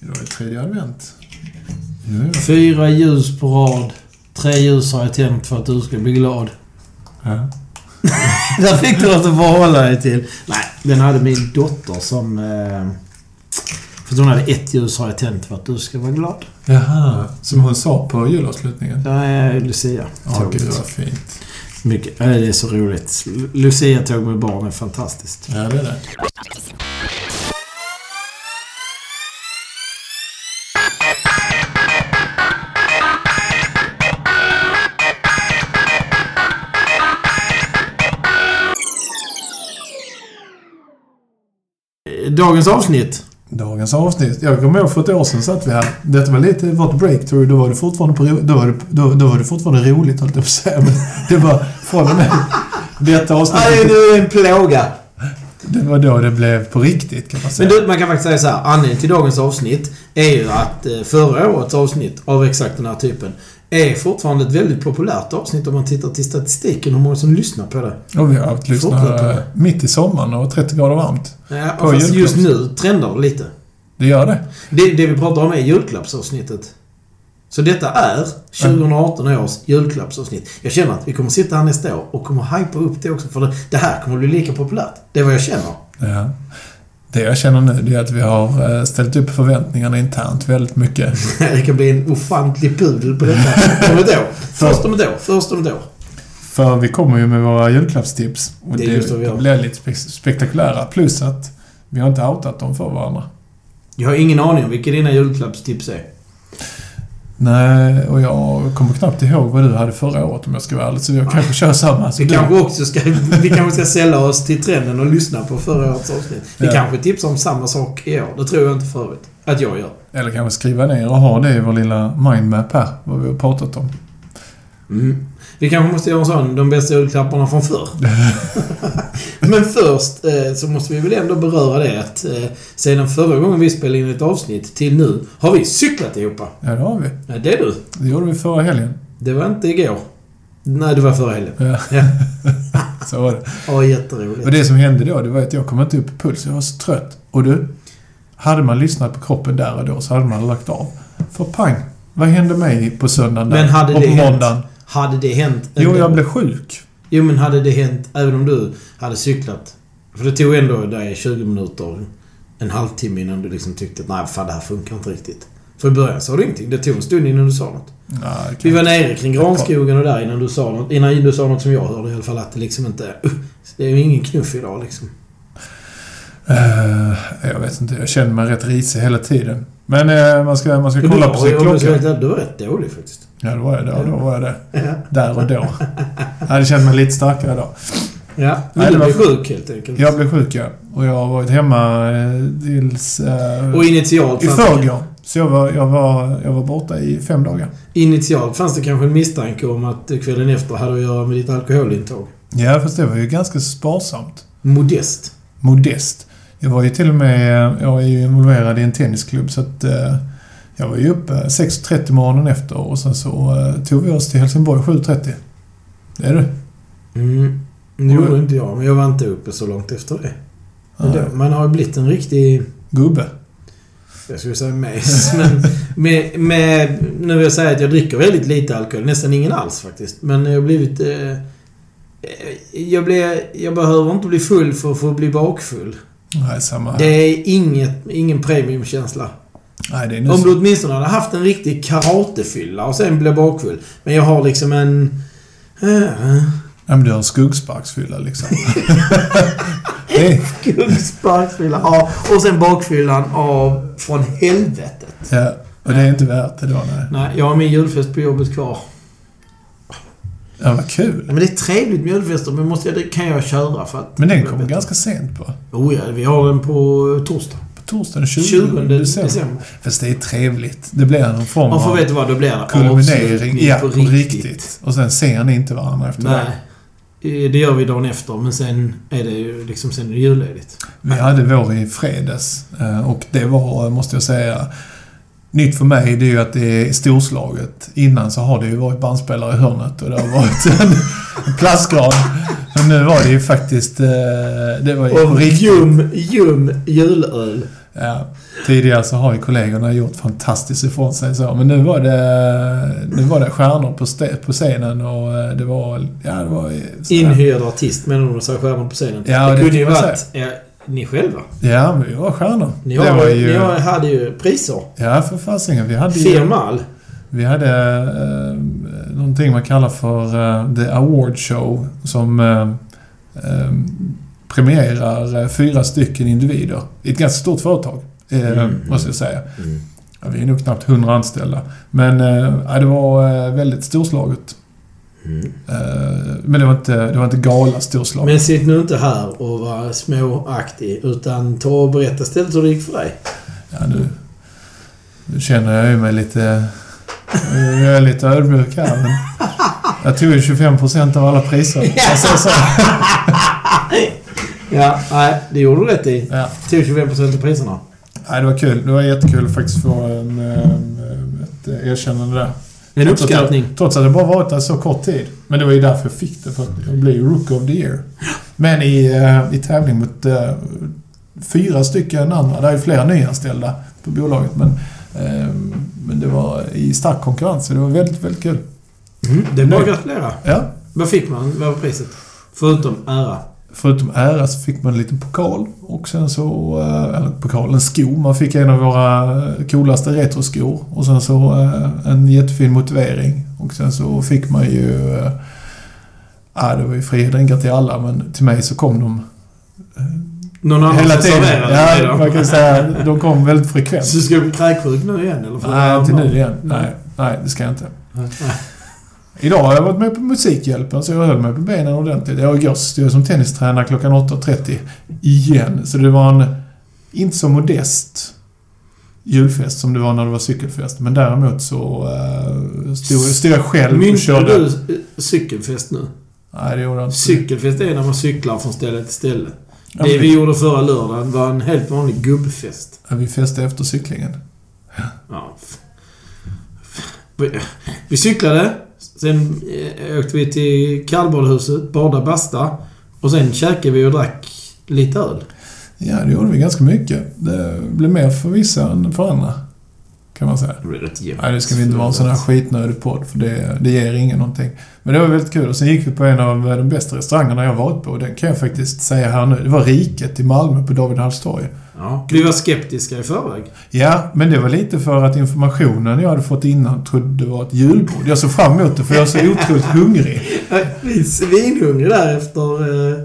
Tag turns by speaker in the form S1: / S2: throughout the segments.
S1: Idag är det tredje advent. Ja, ja.
S2: Fyra ljus på rad. Tre ljus har jag tänt för att du ska bli glad.
S1: ja.
S2: Där fick du något att förhålla dig till. Nej, den hade min dotter som... Eh, för att hon hade ett ljus har jag tänt för att du ska vara glad.
S1: Jaha, som hon sa på julavslutningen.
S2: Det är eh, Lucia.
S1: Ja, gud vad fint.
S2: Mycket. Nej, det är så roligt. Lu- Lucia-tåg med barn är fantastiskt.
S1: Ja, det är det.
S2: Eh, Dagens avsnitt.
S1: Dagens avsnitt. Jag kommer ihåg för ett år sedan satt vi här. Detta var lite vårt breakthrough. Då var det fortfarande, på ro, då var det, då, då var det fortfarande roligt, höll jag på att säga. Men det var från och med detta
S2: Nej,
S1: avsnittet.
S2: du är en plåga.
S1: Det var då det blev på riktigt, kan man
S2: Men
S1: säga.
S2: du, man kan faktiskt säga så här. Anledningen till dagens avsnitt är ju att eh, förra årets avsnitt av exakt den här typen är fortfarande ett väldigt populärt avsnitt om man tittar till statistiken hur många som lyssnar på det.
S1: Och vi har haft
S2: Fortlöpande.
S1: lyssnare mitt i sommaren och 30 grader varmt.
S2: Ja,
S1: På
S2: Eh, fast just
S1: julklapps-
S2: nu trendar det lite.
S1: Det gör det.
S2: Det, det vi pratar om är julklappsavsnittet. Så detta är 2018 års julklappsavsnitt. Jag känner att vi kommer sitta här nästa år och kommer hypa upp det också. För det, det här kommer bli lika populärt. Det är vad jag känner.
S1: Ja. Det jag känner nu det är att vi har eh, ställt upp förväntningarna internt väldigt mycket.
S2: Det kan bli en ofantlig pudel på detta om ett år. Först om ett år. Först om ett år.
S1: För vi kommer ju med våra julklappstips. Och
S2: Det
S1: det,
S2: är just vad vi
S1: det
S2: gör.
S1: blir lite spe spektakulära. Plus att vi har inte outat dem för varandra.
S2: Jag har ingen aning om vilka dina julklappstips är.
S1: Nej, Eh, och jag kommer knappt ihåg vad du hade förra året om jag ska vara ärlig. Så jag kanske kör samma. som
S2: Vi
S1: du.
S2: kanske också ska, vi kanske ska sälja oss till trenden och lyssna på förra årets avsnitt. Vi
S1: Ja.
S2: kanske tipsar om samma sak i år. Det tror jag inte förut att jag gör.
S1: Eller kanske skriva ner och ha det i vår lilla mindmap här. Vad vi har pratat om.
S2: Mm. Vi kanske måste göra en sån, de bästa julklapparna från förr. Men först eh, så måste vi väl ändå beröra det att eh, sedan förra gången vi spelade in ett avsnitt till nu har vi cyklat ihop.
S1: Ja, det har vi.
S2: Ja, det är du.
S1: Det gjorde vi förra helgen.
S2: Det var inte igår. Nej, det var förra helgen.
S1: Ja,
S2: Ja,
S1: så var det.
S2: ja
S1: Och
S2: jätteroligt.
S1: det som hände då, det var att jag kom inte upp i puls. Jag var så trött. Och du, hade man lyssnat på kroppen där och då så hade man lagt av. För pang! Vad hände mig på söndagen där?
S2: Men hade
S1: och
S2: det
S1: på
S2: hänt?
S1: måndagen?
S2: Hade det hänt
S1: Jo,
S2: ändå-
S1: jag blev sjuk.
S2: Jo, men hade det hänt även om du hade cyklat? För det tog ändå dig 20 minuter, en halvtimme innan du liksom tyckte att nej, fan det här funkar inte riktigt. För i början sa du ingenting. Det tog en stund innan du sa något.
S1: Nej,
S2: Vi var nere kring granskogen och där innan du sa något. Innan du sa något som jag hörde i alla fall att det liksom inte... Det är ju ingen knuff idag liksom.
S1: Eh, jag vet inte. Jag känner mig rätt risig hela tiden. Men eh, man ska, man ska
S2: Men du
S1: kolla
S2: var-
S1: på sin
S2: om du ska
S1: klocka.
S2: vara helt ärlig, Du var rätt dålig faktiskt.
S1: Ja, då var jag det. Då var jag det.
S2: Ja.
S1: Där och då. Jag hade känt mig lite starkare då.
S2: ja.
S1: Nej,
S2: Men
S1: det
S2: du
S1: var-
S2: blev sjuk helt enkelt.
S1: Jag blev sjuk, ja. Och jag har varit hemma eh, tills... Eh,
S2: Och initialt
S1: I
S2: fanns,
S1: förrgår. Så jag var, jag, var, jag var borta i fem dagar.
S2: initialt fanns det kanske en misstanke om att kvällen efter hade att göra med ditt alkoholintag.
S1: Ja, fast det var ju ganska sparsamt.
S2: Modest.
S1: Modest. Jag var ju till och med... Jag är ju involverad i en tennisklubb så att... Eh, jag var ju uppe 6.30 morgonen efter och sen så eh, tog vi oss till Helsingborg 7.30. Det är du.
S2: Mm. Det gjorde inte jag, men jag var inte uppe så långt efter det. Men
S1: Nej.
S2: då, man har ju blivit en riktig...
S1: Gubbe.
S2: Jag skulle säga mes, men med, med, Nu vill jag säga att jag dricker väldigt lite alkohol. Nästan ingen alls faktiskt. Men jag har blivit... Eh, eh, jag, blir, jag behöver inte bli full för att få bli bakfull.
S1: Nej, samma här.
S2: Det är inget, ingen premiumkänsla.
S1: Nej, det är nu
S2: Om
S1: så.
S2: du åtminstone hade haft en riktig karatefylla och sen blev bakfull. Men jag har liksom en... Eh,
S1: Ja, men du har en skuggsparksfylla liksom. det är,
S2: Kungsparksfyllan. Ja, och sen bakfyllan av från helvetet.
S1: ja, och det är inte värt det då, nej.
S2: Nej, jag har min julfest på jobbet kvar.
S1: Ja, vad kul.
S2: Men det är trevligt med julfester, men måste jag, det kan jag köra för att...
S1: Men den kommer ganska sent på.
S2: Oh ja, vi har den på torsdag.
S1: På torsdag den 20,
S2: 20
S1: december.
S2: december.
S1: Fast det är trevligt. Det blir någon form
S2: Man får
S1: av
S2: veta vad, då blir det
S1: kulminering.
S2: avslutning
S1: Ja, på riktigt. Och sen ser ni inte varandra efter
S2: Nej.
S1: det.
S2: Eh, Det gör vi dagen efter, men sen är det ju liksom sen är det julledigt.
S1: Vi hade vår i fredags eh, och det var, måste jag säga, Nytt för mig det är ju att det är storslaget. Innan så har det ju varit bandspelare i hörnet och det har varit en plastgran. Men nu var det ju faktiskt... eh, Det var ju på
S2: Och
S1: riktigt.
S2: ljum, ljum julöl.
S1: Ja, tidigare så har ju kollegorna gjort fantastiskt ifrån sig så, men nu var det, nu var det stjärnor på, ste, på scenen och eh, det var... Ja, det var...
S2: Inhyrd artist menar du när du säger stjärnan på scenen?
S1: Ja,
S2: det,
S1: det
S2: kunde ju
S1: kan man
S2: varit eh, ni själva.
S1: Ja, men vi var stjärnor.
S2: Ni,
S1: det
S2: har,
S1: var
S2: ni
S1: ju...
S2: har, hade ju priser.
S1: Ja, för fasingen. Vi hade ju...
S2: Fem all.
S1: Vi hade eh, någonting man kallar för eh, The Award Show som eh, eh, premierar eh, fyra stycken individer i ett ganska stort företag, eh,
S2: Mm.
S1: måste jag säga. Ja, vi är nog knappt 100 anställda. Men eh, ja, det var eh, väldigt storslaget. Eh, men det var inte, det var inte gala storslaget.
S2: Men sitt nu inte här och var småaktig. Utan ta och berätta istället hur det gick för dig.
S1: Ja, nu, nu känner jag ju mig lite... Nu är jag lite ödmjuk här, men... Jag tog ju 25% av alla priser. Jag säger så.
S2: Ja, nej, det gjorde du rätt i.
S1: Ja.
S2: Tog 25% av priserna.
S1: Nej, det var kul. Det var jättekul faktiskt att få en, eh, ett erkännande där.
S2: En
S1: Trots att jag-
S2: uppskattning.
S1: Trots att det bara varit där så kort tid. Men det var ju därför jag fick det, för att jag blev ju Rook of the Year. Men i, eh, i tävling mot eh, fyra stycken andra. Det är ju flera nyanställda på bolaget, men... eh, Men det var i stark konkurrens, så det var väldigt, väldigt kul.
S2: Mm, det är bara att
S1: Nej.
S2: gratulera.
S1: Ja.
S2: Vad fick man? Vad var priset? Förutom ära.
S1: Förutom ära så fick man en liten pokal och sen så... eh, Eller pokal, en sko. Man fick en av våra eh, coolaste retroskor. Och sen så eh, en jättefin motivering. Och sen så fick man ju... eh, Ja, det var ju fria drinkar till alla men till mig så kom de
S2: Någon annan
S1: hela
S2: som
S1: tiden.
S2: serverade dig
S1: Ja,
S2: då?
S1: man kan säga de kom väldigt frekvent.
S2: Så ska du bli kräksjuk nu igen eller? Får
S1: Nej,
S2: du-
S1: inte nu igen. Nej, nej, det ska jag inte.
S2: Nej.
S1: Idag har jag varit med på Musikhjälpen så jag höll mig på benen ordentligt. Jag igår stod jag som tennistränare klockan 8.30 igen. Så det var en inte så modest julfest som det var när det var cykelfest. Men däremot så eh, stod, stod jag själv och
S2: Myntade
S1: körde.
S2: du eh, cykelfest nu?
S1: Nej, det gjorde jag inte.
S2: Cykelfest är när man cyklar från ställe till ställe.
S1: Ja,
S2: Det
S1: men-
S2: vi gjorde förra lördagen var en helt vanlig gubbfest.
S1: Ja, Vi festade efter cyklingen.
S2: Ja. f- f- Vi- Vi cyklade, sen eh, åkte vi till kallbadhuset, badade basta och sen käkade vi och drack lite öl.
S1: Ja, det gjorde vi ganska mycket. Det blev mer för vissa än för andra. Kan man säga.
S2: Det blev rätt jämnt.
S1: Nej, det ska vi inte vara en sån här skitnödig podd, för det, det ger ingen någonting. Men det var väldigt kul. Och sen gick vi på en av eh, de bästa restaurangerna jag varit på. Och Den kan jag faktiskt säga här nu. Det var Riket i Malmö på David Halls torg.
S2: Ja. Vi var skeptiska i förväg.
S1: Ja, men det var lite för att informationen jag hade fått innan trodde det var ett julbord. Jag såg fram emot det, för jag var så otroligt hungrig.
S2: Jag är svinhungrig där efter, eh,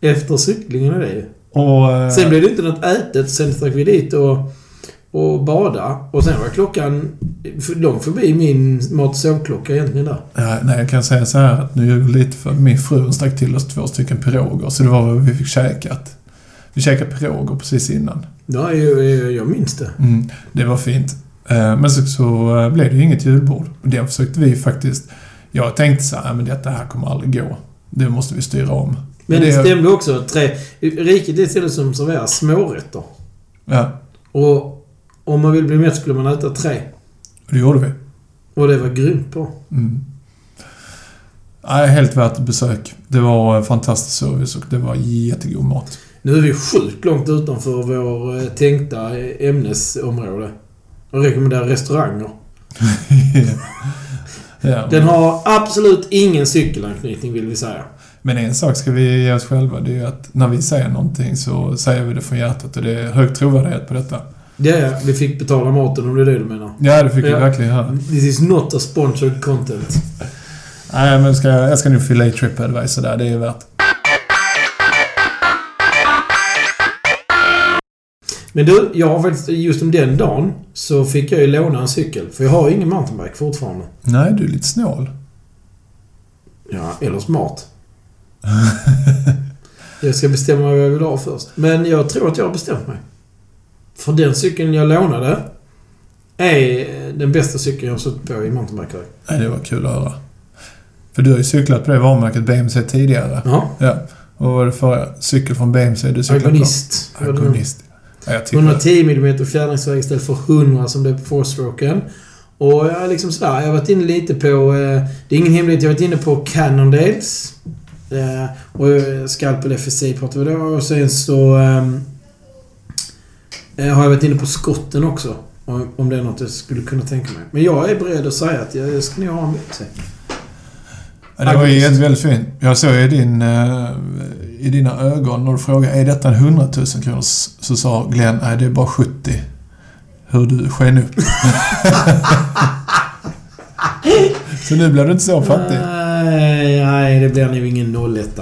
S2: efter cyklingen och det ju.
S1: Och... eh,
S2: Sen blev det inte något ätet. Sen stack vi dit och, och bada. Och sen var klockan för- långt förbi min mat och sovklocka egentligen där.
S1: Ja, nej, jag kan säga så här att nu ljuger jag lite för att min fru stack till oss två stycken piroger, så det var vad vi fick käkat. Vi käkade piroger precis innan.
S2: Ja, jag, jag, jag minns det.
S1: Mm, det var fint. Eh, Men så, så eh, blev det ju inget julbord. Och det försökte vi faktiskt... Jag tänkte så här, "Ah, men detta här kommer aldrig gå. Det måste vi styra om.
S2: Men
S1: det,
S2: det stämde också. att Tre, riket är stället som serverar smårätter.
S1: Ja,
S2: Och om man vill bli mätt skulle man äta tre.
S1: och det gjorde vi.
S2: Och det var grymt bra.
S1: Mm. Nej, helt värt ett besök. Det var en fantastisk service och det var jättegod mat.
S2: Nu är vi sjukt långt utanför vår eh, tänkta eh, ämnesområde. Jag rekommenderar restauranger.
S1: ja,
S2: Den har absolut ingen cykelanknytning vill vi säga.
S1: Men en sak ska vi ge oss själva, det är ju att när vi säger någonting så säger vi det från hjärtat och det är hög trovärdighet på detta.
S2: Det är, vi fick betala maten om det är det du menar.
S1: Ja, det fick
S2: Ja.
S1: vi verkligen höra.
S2: This is not a sponsored content.
S1: Nej, men ska, jag ska nog fylla i TripAdvisor där, det är värt.
S2: Men du, jag har faktiskt, just om den dagen så fick jag ju låna en cykel. För jag har ju ingen mountainbike fortfarande.
S1: Nej, du är lite snål.
S2: Ja, eller smart. jag ska bestämma vad jag vill ha först. Men jag tror att jag har bestämt mig. För den cykeln jag lånade är den bästa cykeln jag har suttit på i mountainbikeväg.
S1: Nej, det var kul att höra. För du har ju cyklat på det varumärket BMC tidigare.
S2: Ja,
S1: Ja. Och vad var det för cykel från BMC du cyklade
S2: agonist.
S1: på? Agonist. Ja, jag tycker...
S2: 110 mm fjädringsväg istället för 100 som det är på four-stroken. Och jag är liksom sådär, jag har varit inne lite på... eh, Det är ingen hemlighet, jag har varit inne på Cannondales. Eh, Och eh, Skalpel FSC pratade vi då och sen så... ehm, eh, har jag varit inne på skotten också. Om om det är något jag skulle kunna tänka mig. Men jag är beredd att säga att jag jag ska nog ha en BC.
S1: Ja, det var ju ett väldigt fint. Jag såg i, din, eh, i dina ögon när du frågade är detta en 100 000 kronors så sa Glenn nej det är bara 70. Hur du sken upp. så nu blir du inte så fattig.
S2: Nej, nej, det blir nog ingen 01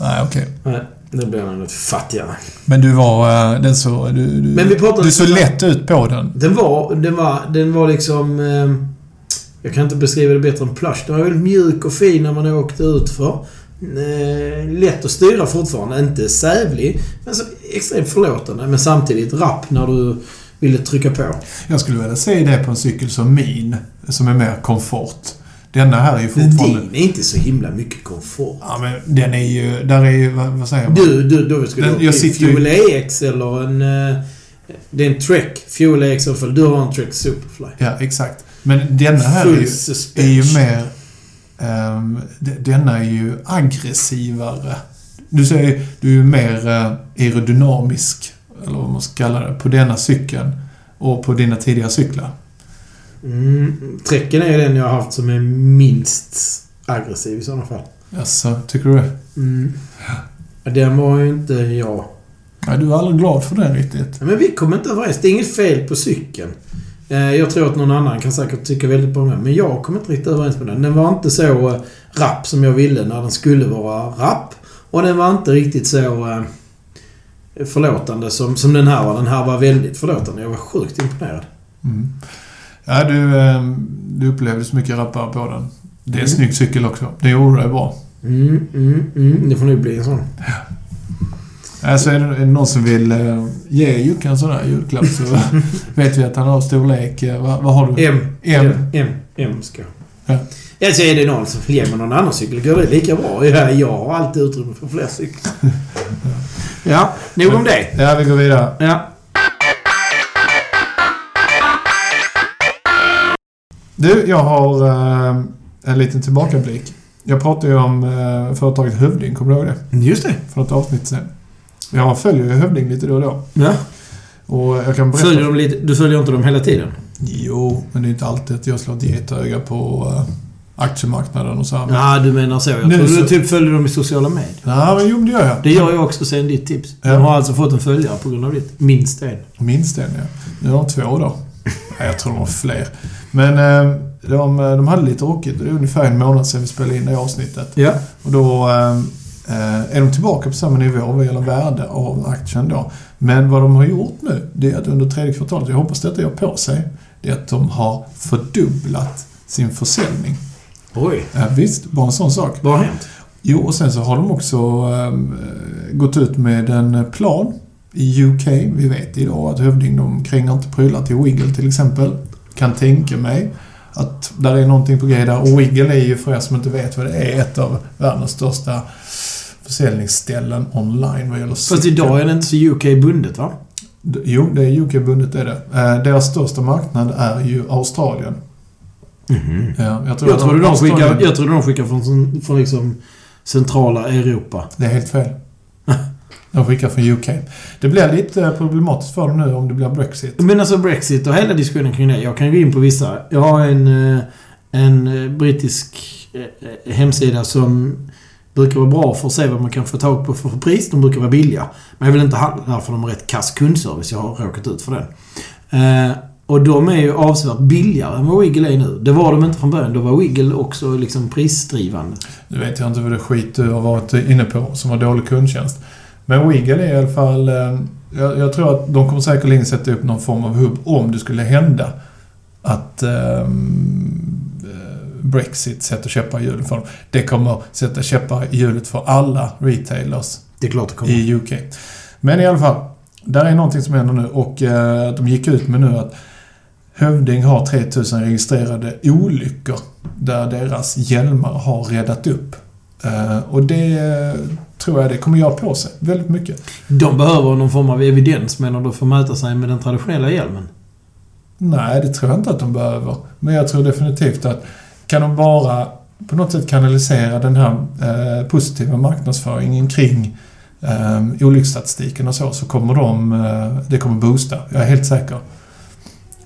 S1: Nej, okej.
S2: Nej, det blir nog något fattigare.
S1: Men du var... eh, Den så, du, du,
S2: Men vi pratar-
S1: du såg lätt ut på den.
S2: Den var, den var, den var liksom... Eh, jag kan inte beskriva det bättre än plush. Den var väldigt mjuk och fin när man åkte ut för. Eh, lätt att styra fortfarande. Inte sävlig. Men så extremt förlåtande. Men samtidigt rapp när du ville trycka på.
S1: Jag skulle vilja se det på en cykel som min. Som är mer komfort. Denna här är ju
S2: Men
S1: fortfarande...
S2: din är inte så himla mycket komfort.
S1: Ja, men den är ju... Där är ju... Vad, vad säger man?
S2: Du, du, då skulle
S1: Den-
S2: du
S1: jag
S2: ha en
S1: sitter ju-
S2: Fuel EX eller en... Eh, det är en Trek. Fuel EX i alla fall. Du har en Trek Superfly.
S1: Ja, exakt. Men denna här är
S2: Full
S1: ju, är ju
S2: suspension.
S1: mer... ehm, de- denna är ju aggressivare. Du säger ju- du är ju mer eh, aerodynamisk, eller vad man ska kalla det, på denna cykeln och på dina tidigare cyklar.
S2: Mm, trecken är den jag har haft som är minst aggressiv i sådana fall.
S1: Jaså, tycker du det?
S2: Mm. Den var ju inte jag.
S1: Ja, du är aldrig glad för den riktigt.
S2: Men vi kom inte överens. Det är inget fel på cykeln. Eh, Jag tror att någon annan kan säkert tycka väldigt bra om den. Men jag kom inte riktigt överens med den. Den var inte så eh, rapp som jag ville när den skulle vara rapp. Och den var inte riktigt så eh, förlåtande som, som den här var. Den här var väldigt förlåtande. Jag var sjukt imponerad.
S1: Mm. Ja, du, ehm, du upplevde så mycket rappare på den. Det är en
S2: Mm.
S1: snygg cykel också. Det gjorde det bra.
S2: Mm, mm, mm. Det får nog bli en sån.
S1: Alltså är det, är det någon som vill eh, ge Jocke en sån här julklapp så vet vi att han har storlek... eh, Vad, vad har du?
S2: M.
S1: M.
S2: M. M ska jag.
S1: Ja.
S2: Ja, så är det någon som vill ge mig någon annan cykel går det lika bra. Ja, Jag har alltid utrymme för fler cyklar. Ja, nog om det.
S1: Ja, vi går vidare.
S2: Ja.
S1: Du, jag har eh, en liten tillbakablick. Jag pratade ju om eh, företaget Hövding, kommer du ihåg det?
S2: Just det.
S1: För något avsnitt sen. Jag följer ju Hövding lite då och då.
S2: Ja.
S1: Och jag kan berätta...
S2: Följer de lite, du följer inte dem hela tiden?
S1: Jo, men det är inte alltid att jag slår ett getöga på eh, aktiemarknaden och så här.
S2: Ja, du menar så. Jag
S1: Nu
S2: tror
S1: så-
S2: du typ följer dem i sociala medier.
S1: Nej, men jo, det gör jag.
S2: Det gör jag också sen ditt tips.
S1: Ja.
S2: De har alltså fått en följare på grund av ditt. Minst en.
S1: Minst en, ja. Nu har de två då. Nej, jag tror de har fler. Men eh, de, de hade lite rockigt. Det är ungefär en månad sedan vi spelade in det avsnittet.
S2: Ja.
S1: Och då eh, eh, är de tillbaka på samma nivå vad gäller värde av aktien då. Men vad de har gjort nu, det är att under tredje kvartalet, jag hoppas detta gör på sig, det är att de har fördubblat sin försäljning.
S2: Oj.
S1: Eh, visst, bara en sån sak.
S2: Vad har hänt?
S1: Jo, och sen så har de också eh, gått ut med en plan i UK. Vi vet idag att Hövding, de kränger inte prylar till Wiggle till exempel. Kan tänka mig att där är någonting på g där. Och Wiggle är ju för er som inte vet vad det är, ett av världens största försäljningsställen online vad gäller
S2: Fast
S1: cykel.
S2: idag är det inte så UK-bundet, va?
S1: D- Jo, det är UK-bundet är det. Eh, Deras största marknad är ju Australien.
S2: Mhm.
S1: Ja, jag tror
S2: Jag
S1: att
S2: trodde de
S1: Australien-
S2: skickade, jag trodde de skickade från, från liksom centrala Europa.
S1: Det är helt fel. De skickar från UK. Det blir lite eh, problematiskt för dem nu om det blir Brexit.
S2: Men alltså Brexit och hela diskussionen kring det. Jag kan gå in på vissa. Jag har en, eh, en eh, brittisk eh, eh, hemsida som brukar vara bra för att se vad man kan få tag på för pris. De brukar vara billiga. Men jag vill inte handla där för de har rätt kass kundservice. Jag har råkat ut för den. Eh, och de är ju avsevärt billigare än vad Wiggle är nu. Det var de inte från början. Då var Wiggle också liksom prisdrivande.
S1: Nu vet jag inte vad det skit du har varit eh, inne på som har dålig kundtjänst. Men Wiggle är i alla fall... eh, Jag, jag tror att de kommer säkerligen sätta upp någon form av hubb om det skulle hända att ehm, eh, Brexit sätter käppar i hjulet för dem. Det kommer sätta käppar i hjulet för alla retailers
S2: Det är klart det kommer.
S1: i UK. Men i alla fall, där är någonting som händer nu och eh, att de gick ut med nu att Hövding har 3000 registrerade olyckor där deras hjälmar har räddat upp. Eh, och det eh, tror jag det kommer göra på sig väldigt mycket.
S2: De behöver någon form av evidens menar du för att möta sig med den traditionella hjälmen.
S1: Nej, det tror jag inte att de behöver. Men jag tror definitivt att kan de bara på något sätt kanalisera den här eh, positiva marknadsföringen kring eh, olycksstatistiken och så, så kommer de... Eh, det kommer boosta. Jag är helt säker.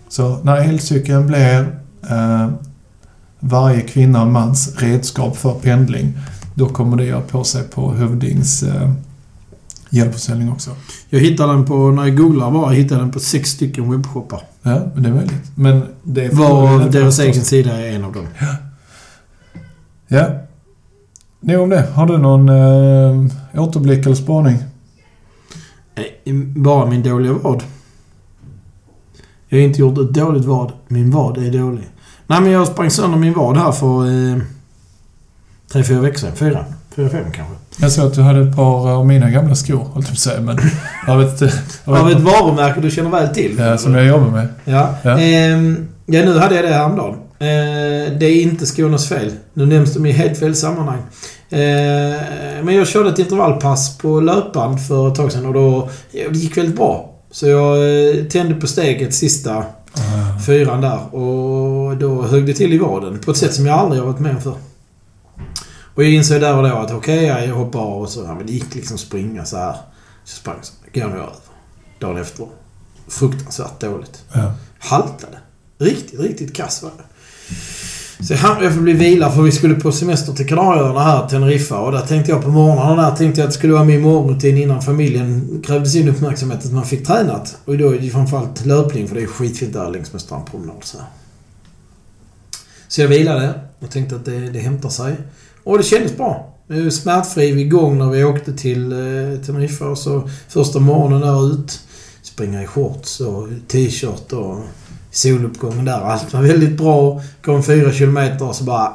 S1: Så när elcykeln blir eh, varje kvinna och mans redskap för pendling, då kommer det göra på sig på Hövdings eh, hjälpförsäljning också.
S2: Jag hittade den på, när jag googlar bara, jag hittade den på sex stycken webbshoppar.
S1: Ja, men det är möjligt. Men det är
S2: Varav deras
S1: förstås.
S2: egen sida är en av dem.
S1: Ja. Nog om det. Har du någon eh, återblick eller spaning?
S2: Eh, Bara min dåliga vad. Jag har inte gjort ett dåligt vad. Min vad är dålig. Nej, men jag sprang sönder min vad här för... Eh, tre, fyra veckor sedan. Fyra. Fyra, fem kanske.
S1: Jag såg att du hade ett par av mina gamla skor, höll jag på att säga, men av ett...
S2: Av ett varumärke du känner väl till.
S1: Ja, som jag jobbar med.
S2: Ja.
S1: Ja.
S2: Ehm, ja, nu hade jag det häromdagen. Eh, det är inte Skånes fel. Nu nämns de i helt fel sammanhang. Eh, men jag körde ett intervallpass på löpband för ett tag sedan och då, ja, det gick väldigt bra. Så jag eh, tände på steget sista Ah. fyran där och då högg det till i vaden på ett sätt som jag aldrig har varit med om förr. Och jag insåg där och då att okej, jag hoppar av och så. Ja, men det gick liksom springa så här. Så sprang jag så. Går nog över. Dagen efter. Fruktansvärt dåligt
S1: Ja.
S2: haltade. Riktigt, riktigt kass var det. Så jag, jag får bli vila för vi skulle på semester till Kanarieöarna här, Teneriffa. Och där tänkte jag på morgonen där tänkte jag att det skulle vara min morgonrutin innan familjen krävde sin uppmärksamhet att man fick tränat. Och då är det ju framförallt löpning för det är skitfint där längs med strandpromenad så. här. Så jag vilade och tänkte att det, det hämtar sig. Och det kändes bra. Jag var Smärtfri vid gång när vi åkte till eh, Teneriffa och så första morgonen där ut. Springa i shorts och t-shirt och soluppgången där. Allt var väldigt bra. Kom fyra kilometer och så bara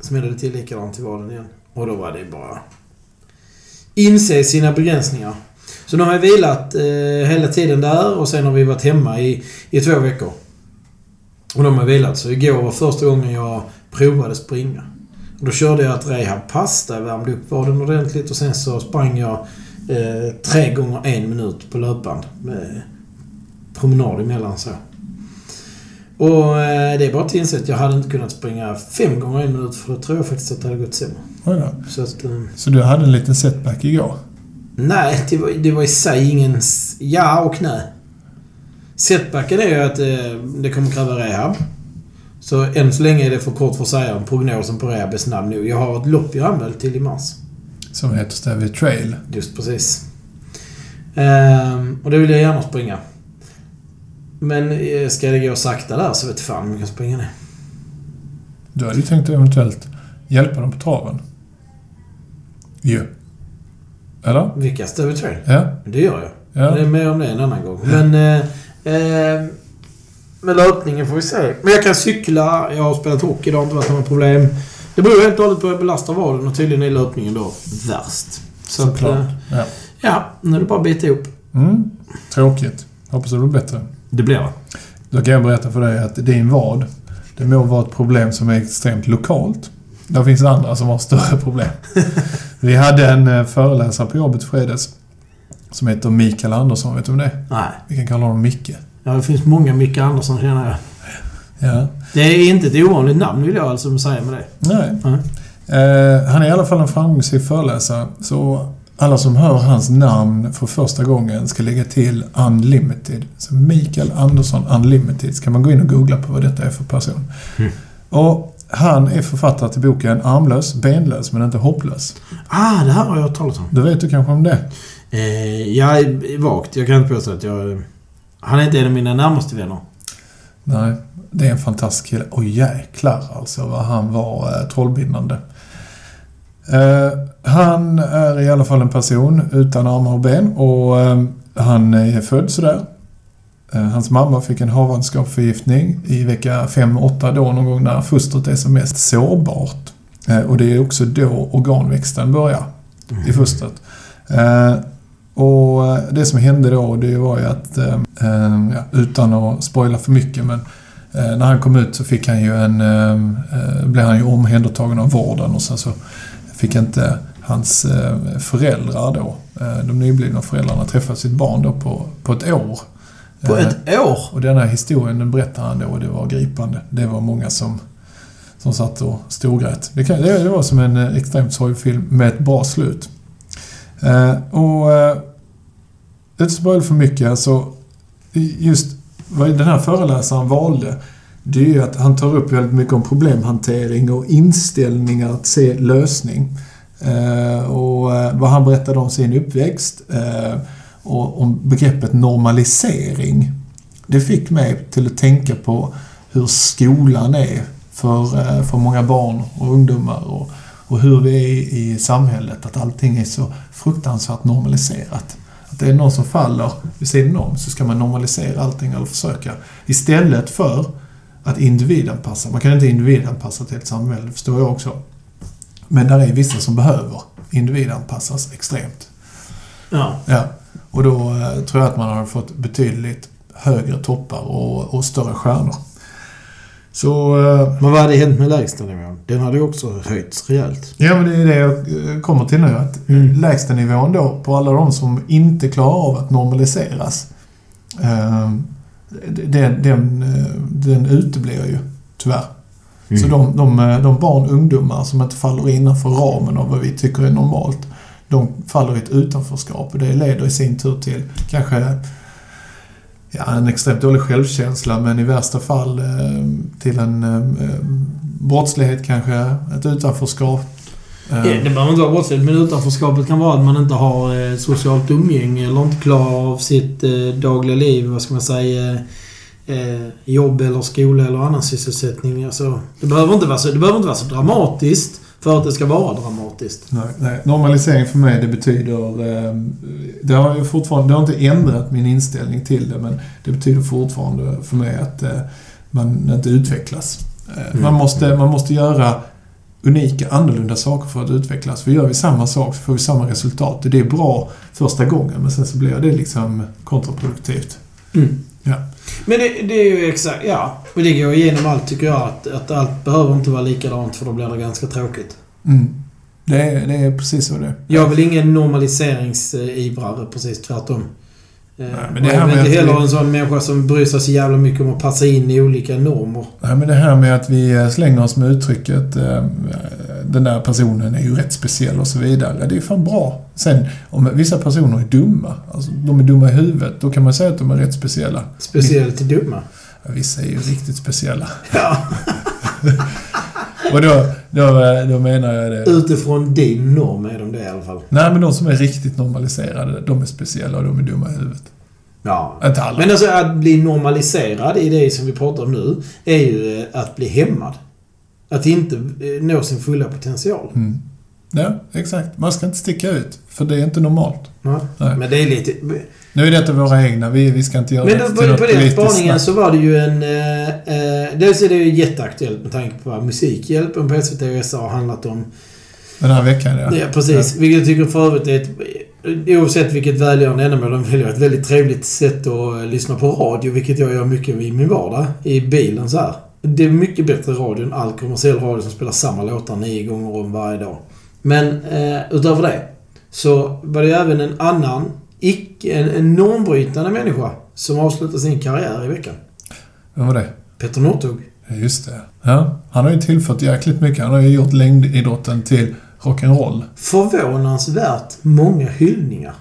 S2: smällde det till likadant i valen igen. Och då var det bara... Inse sina begränsningar. Så nu har jag vilat eh, hela tiden där och sen har vi varit hemma i, i två veckor. Och de har vilat. Så igår var första gången jag provade springa. Och då körde jag ett rehabpass där jag värmde upp vaden ordentligt och sen så sprang jag eh, tre gånger en minut på löpband. Med promenad emellan så. Och eh, det är bara att inse att jag hade inte kunnat springa fem gånger en minut för då tror jag faktiskt att det hade gått sämre.
S1: Oj då.
S2: Så att... Eh,
S1: Så du hade en liten setback igår?
S2: Nej, det var, det var i sig ingen... s- Ja och nej. Setbacken är ju att eh, det kommer kräva rehab. Så än så länge är det för kort för att säga om prognosen på rehab är snabb nog. Jag har ett lopp jag anmält till i mars.
S1: Som heter Stavy Trail.
S2: Just precis. Ehm, och det vill jag gärna springa. Men eh, ska det gå sakta där så vet fan om jag kan springa det.
S1: Du hade ju tänkt att eventuellt hjälpa dem på traven. Ju. Eller?
S2: Vilka stöver trail?
S1: Ja.
S2: Det gör jag.
S1: Ja.
S2: Det är mer om det en annan gång. Men... Eh, eh, med löpningen får vi se. Men jag kan cykla. Jag har spelat hockey. Det har inte varit några problem. Det beror helt och hållet på hur jag belastar vaden och tydligen är löpningen då värst. Så att,
S1: Såklart.
S2: eh,
S1: Ja.
S2: ja, nu är det bara att bita ihop.
S1: Mm. Tråkigt. Hoppas det blir bättre.
S2: Det blir det.
S1: Då kan jag berätta för dig att din vad, det må vara ett problem som är extremt lokalt. Där finns andra som har större problem. Vi hade en eh, föreläsare på jobbet i fredags som heter Mikael Andersson. Vet du om det är?
S2: Nej.
S1: Vi kan kalla honom Micke.
S2: Ja, det finns många Micke Andersson känner jag.
S1: Ja.
S2: Det är inte ett ovanligt namn vill jag alltså säga med det.
S1: Nej.
S2: Mm.
S1: Eh, han är i alla fall en framgångsrik föreläsare. Så alla som hör hans namn för första gången ska lägga till Unlimited. Så Mikael Andersson Unlimited. Så kan man gå in och googla på vad detta är för person.
S2: Mm.
S1: Och han är författare till boken Armlös, benlös men inte hopplös.
S2: Ah, det här har jag hört talas om.
S1: Du vet du kanske om det?
S2: Eh, jag är vagt. Jag kan inte påstå att jag... Han är inte en av mina närmaste vänner.
S1: Nej, det är en fantastisk kille. Och jäklar alltså vad han var eh, trollbindande. Eh, han är i alla fall en person utan armar och ben och eh, han är född sådär. Eh, hans mamma fick en havandeskapsförgiftning i vecka 5-8 då någon gång när fostret är som mest sårbart. Eh, och det är också då organväxten börjar
S2: Mm.
S1: i fostret. Eh, och eh, det som hände då det var ju att, eh, eh, ja, utan att spoila för mycket, men eh, när han kom ut så fick han ju en, eh, eh, blev han ju omhändertagen av vården och sen så fick inte hans eh, föräldrar då, eh, de nyblivna föräldrarna, träffa sitt barn då på, på ett år.
S2: På
S1: Eh,
S2: ett år?
S1: och den här historien den berättade han då och det var gripande. Det var många som, som satt och storgrät. Det, kan, det, det var som en eh, extremt sorglig film med ett bra slut. Eh, och eh, utspoil för mycket så just vad den här föreläsaren valde det är ju att han tar upp väldigt mycket om problemhantering och inställningar att se lösning. Eh, och eh, vad han berättade om sin uppväxt eh, och om begreppet normalisering. Det fick mig till att tänka på hur skolan är för, eh, för många barn och ungdomar och, och hur vi är i samhället. Att allting är så fruktansvärt normaliserat. Att det är någon som faller vid sidan om så ska man normalisera allting eller försöka. Istället för att individanpassa. Man kan inte individanpassa till ett samhälle, det förstår jag också. Men där är vissa som behöver individanpassas extremt.
S2: Ja.
S1: Ja. Och då eh, tror jag att man har fått betydligt högre toppar och, och större stjärnor. Så... eh,
S2: Men vad hade hänt med lägstanivån? Den hade ju också höjts rejält.
S1: Ja, men det är det jag eh, kommer till nu. Att
S2: Mm.
S1: lägstanivån då på alla de som inte klarar av att normaliseras. eh, d- Den, den, eh, den uteblir ju, tyvärr. Så
S2: Mm.
S1: de, de, de barn och ungdomar som inte faller innanför ramen av vad vi tycker är normalt, de faller i ett utanförskap och det leder i sin tur till kanske ja, en extremt dålig självkänsla men i värsta fall eh, till en eh, eh, brottslighet kanske, ett utanförskap. Eh,
S2: Ja, det behöver inte vara brottsligt, men utanförskapet kan vara att man inte har eh, socialt umgänge eller inte klarar av sitt eh, dagliga liv, vad ska man säga, eh, jobb eller skola eller annan sysselsättning. Alltså, det, behöver inte vara så, det behöver inte vara så dramatiskt för att det ska vara dramatiskt.
S1: Nej, nej. Normalisering för mig, det betyder... eh, Det har, ju fortfarande, det har inte ändrat min inställning till det, men det betyder fortfarande för mig att eh, man inte utvecklas. Eh,
S2: Mm.
S1: Man, måste, man måste göra unika, annorlunda saker för att utvecklas. För gör vi samma sak så får vi samma resultat. Det är bra första gången, men sen så blir det liksom kontraproduktivt. Ja.
S2: Men det, det är ju exakt, ja. Och det går igenom allt tycker jag. Att, att allt behöver inte vara likadant för då blir det ganska tråkigt.
S1: Mm. Det, är, det är precis så det är.
S2: Jag är väl ingen normaliseringsivrare, precis tvärtom. Eh,
S1: men
S2: och
S1: det
S2: jag
S1: här
S2: är väl
S1: med
S2: inte
S1: att
S2: heller
S1: vi-
S2: en sån människa som bryr sig så jävla mycket om att passa in i olika normer.
S1: Nej, men det här med att vi eh, slänger oss med uttrycket eh, den där personen är ju rätt speciell och så vidare. Det är fan bra. Sen om vissa personer är dumma, alltså de är dumma i huvudet, då kan man säga att de är rätt speciella.
S2: Speciellt dumma.
S1: Ja, Vissa är ju riktigt speciella.
S2: Ja.
S1: Och då, då, eh, då menar jag det.
S2: Utifrån din norm är de det i alla fall.
S1: Nej, men de som är riktigt normaliserade, de är speciella och de är dumma i huvudet.
S2: Ja.
S1: Inte alla.
S2: Men alltså att bli normaliserad i det som vi pratar om nu är ju eh, att bli hämmad. Att inte eh, nå sin fulla potential.
S1: Mm. Ja, exakt. Man ska inte sticka ut, för det är inte normalt.
S2: Nej.
S1: Nej.
S2: Men det är lite...
S1: Nu är detta våra egna, vi, vi ska inte göra
S2: Men
S1: det
S2: då,
S1: till
S2: på,
S1: något
S2: på den
S1: politiskt
S2: spaningen
S1: snack.
S2: så var det ju en... Eh, eh, dels är det ju jätteaktuellt med tanke på vad Musikhjälpen på SVT och SA har handlat om.
S1: Den här veckan, ja.
S2: Ja, precis. Vilket jag tycker för övrigt är ett... Oavsett vilket välgörande ändamål de väljer, ett väldigt trevligt sätt att eh, lyssna på radio, vilket jag gör mycket i min vardag. I bilen så här. Det är mycket bättre radio än all kommersiell radio som spelar samma låtar nio gånger om varje dag. Men eh, utöver det så var det ju även en annan, icke, en, en normbrytande människa som avslutade sin karriär i veckan.
S1: Vem var det?
S2: Petter Northug.
S1: Ja, Just det. Ja, han har ju tillfört jäkligt mycket. Han har ju gjort längdidrotten till rock'n'roll.
S2: Förvånansvärt många hyllningar.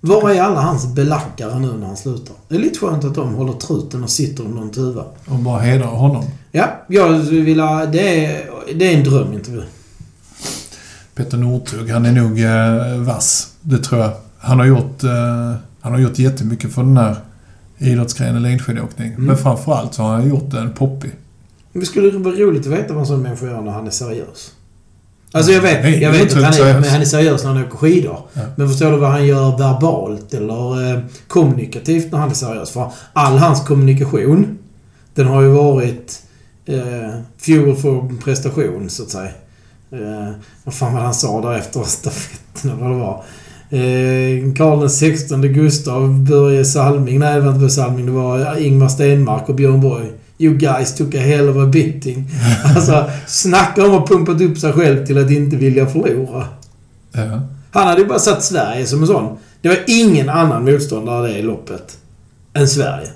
S2: Var är alla hans belackare nu när han slutar? Det är lite skönt att de håller truten och sitter om någon tuva.
S1: Och bara hedrar honom.
S2: Ja, jag vill ha, det, är, det är en drömintervju.
S1: Peter Northug, han är nog eh, vass. Det tror jag. Han har gjort, eh, han har gjort jättemycket för den här idrottsgrenen längdskidåkning.
S2: Mm.
S1: Men framförallt så har han gjort den poppig.
S2: Men det skulle vara roligt att veta vad en sån människa gör när han är seriös. Alltså jag vet,
S1: Nej,
S2: jag
S1: jag
S2: vet
S1: tror
S2: att han
S1: inte
S2: är,
S1: seriös.
S2: men han är seriös när han åker skidor.
S1: Ja.
S2: Men förstår du vad han gör verbalt eller eh, kommunikativt när han är seriös? För all hans kommunikation, den har ju varit eh, fuel för prestation, så att säga. Eh, vad fan var det han sa där efter stafetten eller vad det var? Eh, Karl den 16 Gustav, Börje Salming, nej det var inte Börje Salming, det var eh, Ingmar Stenmark och Björn Borg. You guys took a hell of a beating. Alltså, snacka om att pumpat upp sig själv till att inte vilja förlora.
S1: Ja.
S2: Han hade ju bara satt Sverige som en sån. Det var ingen annan motståndare det i loppet än Sverige.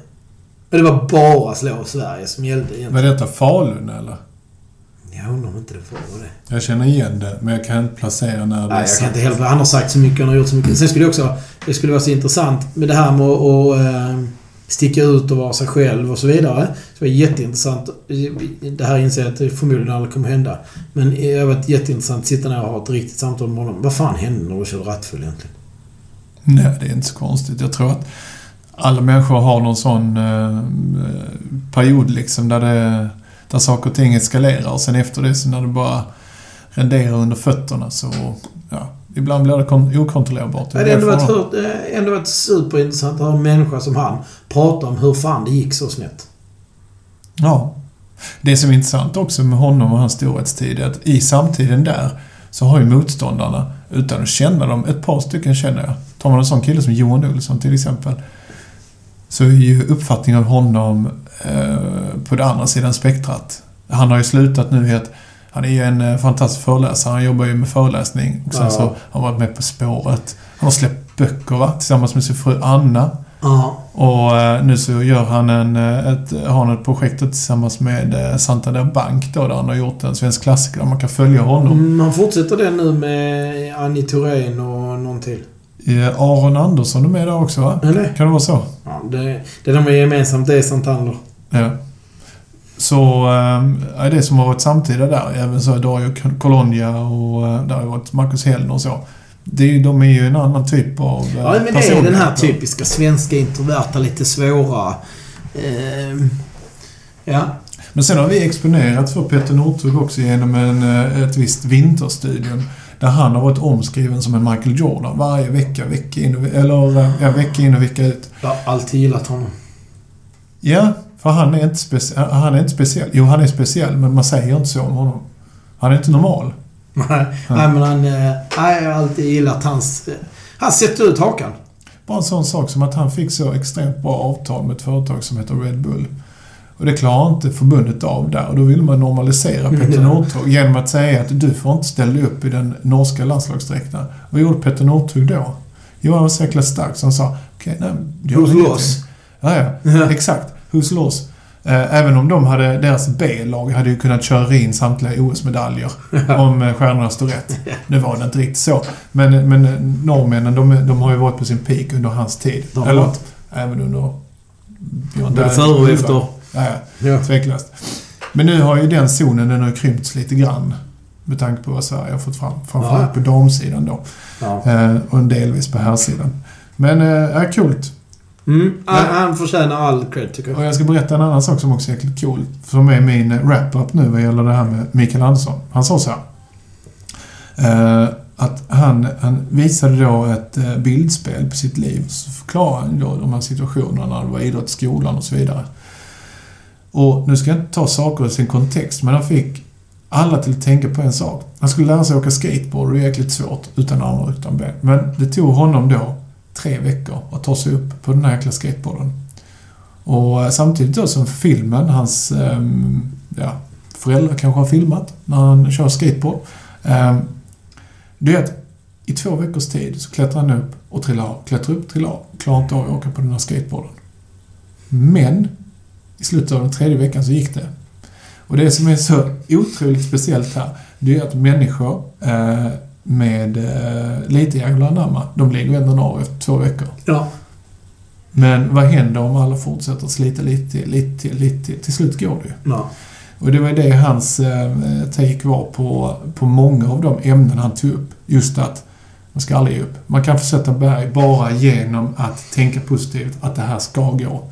S2: Men det var bara slå Sverige som gällde egentligen.
S1: Var detta Falun eller?
S2: Jag undrar om inte det var det.
S1: Jag känner igen det, men jag kan inte placera när det
S2: Nej, jag
S1: satt.
S2: kan inte heller... Han har sagt så mycket, han har gjort så mycket. Sen skulle jag också... Det skulle vara så intressant med det här med att att, eh, sticka ut och vara sig själv och så vidare. Så det var jätteintressant. Det här inser jag att det förmodligen aldrig kommer hända. Men det har varit jätteintressant att sitta ner och ha ett riktigt samtal med honom. Vad fan hände när du körde rattfull egentligen?
S1: Nej, det är inte så konstigt. Jag tror att alla människor har någon sån eh, period liksom där, det, där saker och ting eskalerar och sen efter det så när det bara renderar under fötterna så... Ja, ibland blir det kon- okontrollerbart.
S2: Det hade ändå
S1: Därför-
S2: varit, hört, eh, ändå varit superintressant att höra en människa som han prata om hur fan det gick så snett.
S1: Ja. Det som är intressant också med honom och hans storhetstid är att i samtiden där så har ju motståndarna, utan att känna dem, ett par stycken känner jag. Tar man en sån kille som Johan Olsson till exempel, så är ju uppfattningen av honom eh, på den andra sidan spektrat. Han har ju slutat nu i att han är ju en eh, fantastisk föreläsare. Han jobbar ju med föreläsning. Och sen
S2: Ja.
S1: så har han varit med På spåret. Han har släppt böcker va? tillsammans med sin fru Anna.
S2: Ja.
S1: Och eh, nu så gör han en, eh, ett, har han ett projekt tillsammans med eh, Santander Bank då, där han har gjort en svensk klassiker där man kan följa honom.
S2: Mm, han fortsätter det nu med Annie Thorén och någon till. Mm.
S1: Eh, Aron Andersson är med där också va?
S2: Eller?
S1: Kan det vara så?
S2: Ja, det, det de har gemensamt, det är Santander.
S1: Ja. Så eh, är det som har varit samtida där, även så Dario Colonia och eh, där har varit Marcus Hellner och så. Det är, ju- de är ju en annan typ av eh,
S2: Ja, men det är den här
S1: personligheter.
S2: typiska svenska introverta, lite svåra. Ehm, ja.
S1: Men sen har vi exponerat för Petter Northug också genom en, eh, ett visst vinterstudium. Där han har varit omskriven som en Michael Jordan varje vecka, vecka in och, ve- eller, eh, ja, vecka, in och vecka ut.
S2: Jag har alltid gillat honom.
S1: Ja, för han är, inte specie- eh, han är inte speciell. Jo, han är speciell, men man säger inte så om honom. Han är inte normal.
S2: Nej, nej, men han... eh, Nej, jag har alltid gillat hans... eh, Han sätter ut hakan.
S1: Bara en sån sak som att han fick så extremt bra avtal med ett företag som heter Red Bull. Och det klarar inte förbundet av där. Och då vill man normalisera Petter
S2: Ja.
S1: Northug genom att säga att du får inte ställa upp i den norska landslagsdräkten. Vad gjorde Petter Northug då? Jo, han var så jäkla stark så han sa okej, nej, det gör
S2: Who's
S1: ingenting."
S2: loss?
S1: Ja, ja.
S2: Ja.
S1: Exakt. Who's loss? Eh, Även om de hade, deras B-lag hade ju kunnat köra in samtliga OS-medaljer om eh, stjärnorna stod rätt. Nu var det inte riktigt så. Men, men eh, norrmännen, de, de har ju varit på sin peak under hans tid.
S2: De har
S1: Eller
S2: varit.
S1: även under... Björn
S2: Både
S1: Danielsson.
S2: före och efter.
S1: Ja,
S2: Ja.
S1: ja, tveklöst. Men nu har ju den zonen, den har ju krympts lite grann. Med tanke på vad Sverige har fått fram. Framförallt på damsidan då.
S2: Ja.
S1: Eh, Och delvis på herrsidan. Men, eh, ja, coolt.
S2: Mm, han,
S1: Men-
S2: han förtjänar all cred, tycker jag.
S1: Och jag ska berätta en annan sak som också är jäkligt cool. Som är min wrap-up nu vad gäller det här med Mikael Andersson. Han sa så här. Eh, att han, han visade då ett eh, bildspel på sitt liv. Så förklarade han då de här situationerna när det var idrott i skolan och så vidare. Och nu ska jag inte ta saker i sin kontext, men han fick alla till att tänka på en sak. Han skulle lära sig åka skateboard och det är jäkligt svårt utan armar och utan ben. Men det tog honom då tre veckor att ta sig upp på den här jäkla skateboarden. Och eh, samtidigt då som filmen, hans ehm, ja, föräldrar kanske har filmat när han kör skateboard. Ehm, det är att i två veckors tid så klättrar han upp och trillar av. Klättrar upp, trillar av. Klarar inte av att åka på den här skateboarden. Men i slutet av den tredje veckan så gick det. Och det som är så otroligt speciellt här, det är att människor eh, med eh, lite jävla anamma, de lägger ändå av efter två veckor.
S2: Ja.
S1: Men vad händer om alla fortsätter att slita lite till, lite till, lite till? Till slut går det ju.
S2: ja.
S1: Och det var det hans eh, take var på, på många av de ämnen han tog upp. Just att man ska aldrig ge upp. Man kan försätta berg bara genom att tänka positivt, att det här ska gå.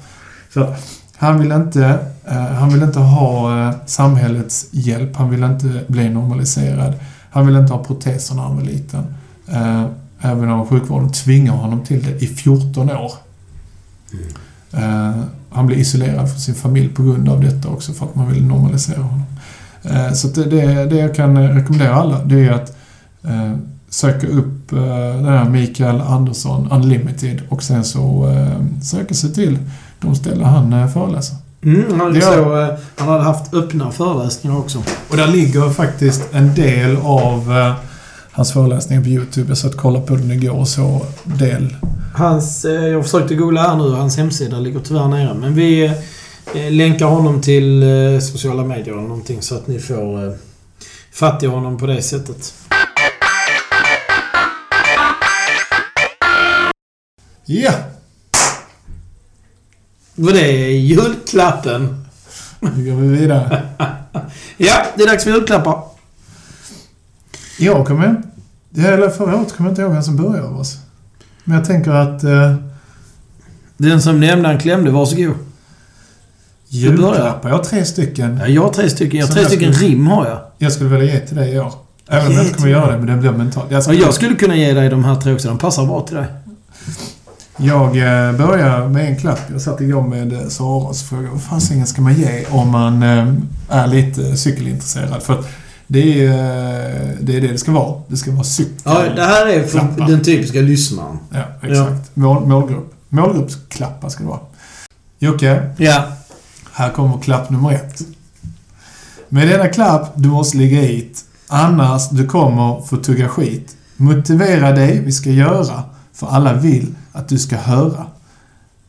S1: Så att han vill inte, eh, han vill inte ha eh, samhällets hjälp. Han vill inte bli normaliserad. Han vill inte ha proteser när han var liten. Eh, även om sjukvården tvingar honom till det i 14 år. Eh, han blev isolerad från sin familj på grund av detta också för att man ville normalisera honom. Eh, så att det, det, det jag kan eh, rekommendera alla det är att eh, söka upp eh, den här Mikael Andersson Unlimited och sen så eh, söka sig till de ställen han eh, föreläser.
S2: Mm, han,
S1: Det gör-
S2: så, eh, han hade haft öppna föreläsningar också.
S1: Och där ligger faktiskt en del av eh, hans föreläsningar på Youtube. Jag satt och kollade på den igår och så del.
S2: Hans, eh, jag försökte googla här nu. Hans hemsida ligger tyvärr nere. Men vi eh, länkar honom till eh, sociala medier eller någonting så att ni får eh, fattig honom på det sättet.
S1: Ja!
S2: Var det julklappen?
S1: Nu går vi vidare.
S2: Ja, det är dags för julklappar.
S1: Jag kommer inte... ja, Eller förra året kommer jag inte ihåg vem som började av oss. Men jag tänker att... Eh,
S2: Den som nämnde han klämde, varsågod. börjar.
S1: julklappar. Jag har tre stycken.
S2: Ja, jag har tre stycken. Jag har
S1: Som
S2: tre
S1: jag
S2: stycken
S1: skulle-
S2: rim har jag.
S1: Jag skulle vilja ge till dig i år. Även om jag inte kommer göra det, men det blir mentalt. Jag,
S2: Ja,
S1: skulle,
S2: jag skulle kunna ge dig de här tre också. De passar bra till dig.
S1: jag eh, börjar med en klapp. Jag satte igång med eh, Sara och så frågade jag vad fasiken ska man ge om man eh, är lite cykelintresserad? För att det är, eh, det är det det ska vara. Det ska vara cykel.
S2: Ja, det här är för
S1: Klappar.
S2: den typiska lyssnaren.
S1: Ja, exakt. Mål, målgrupp. Målgruppsklappar ska det vara. Jocke,
S2: Ja.
S1: här kommer klapp nummer ett. Med denna klapp du måste ligga i ett, annars du kommer få tugga skit. Motivera dig, vi ska göra, för alla vill att du ska höra.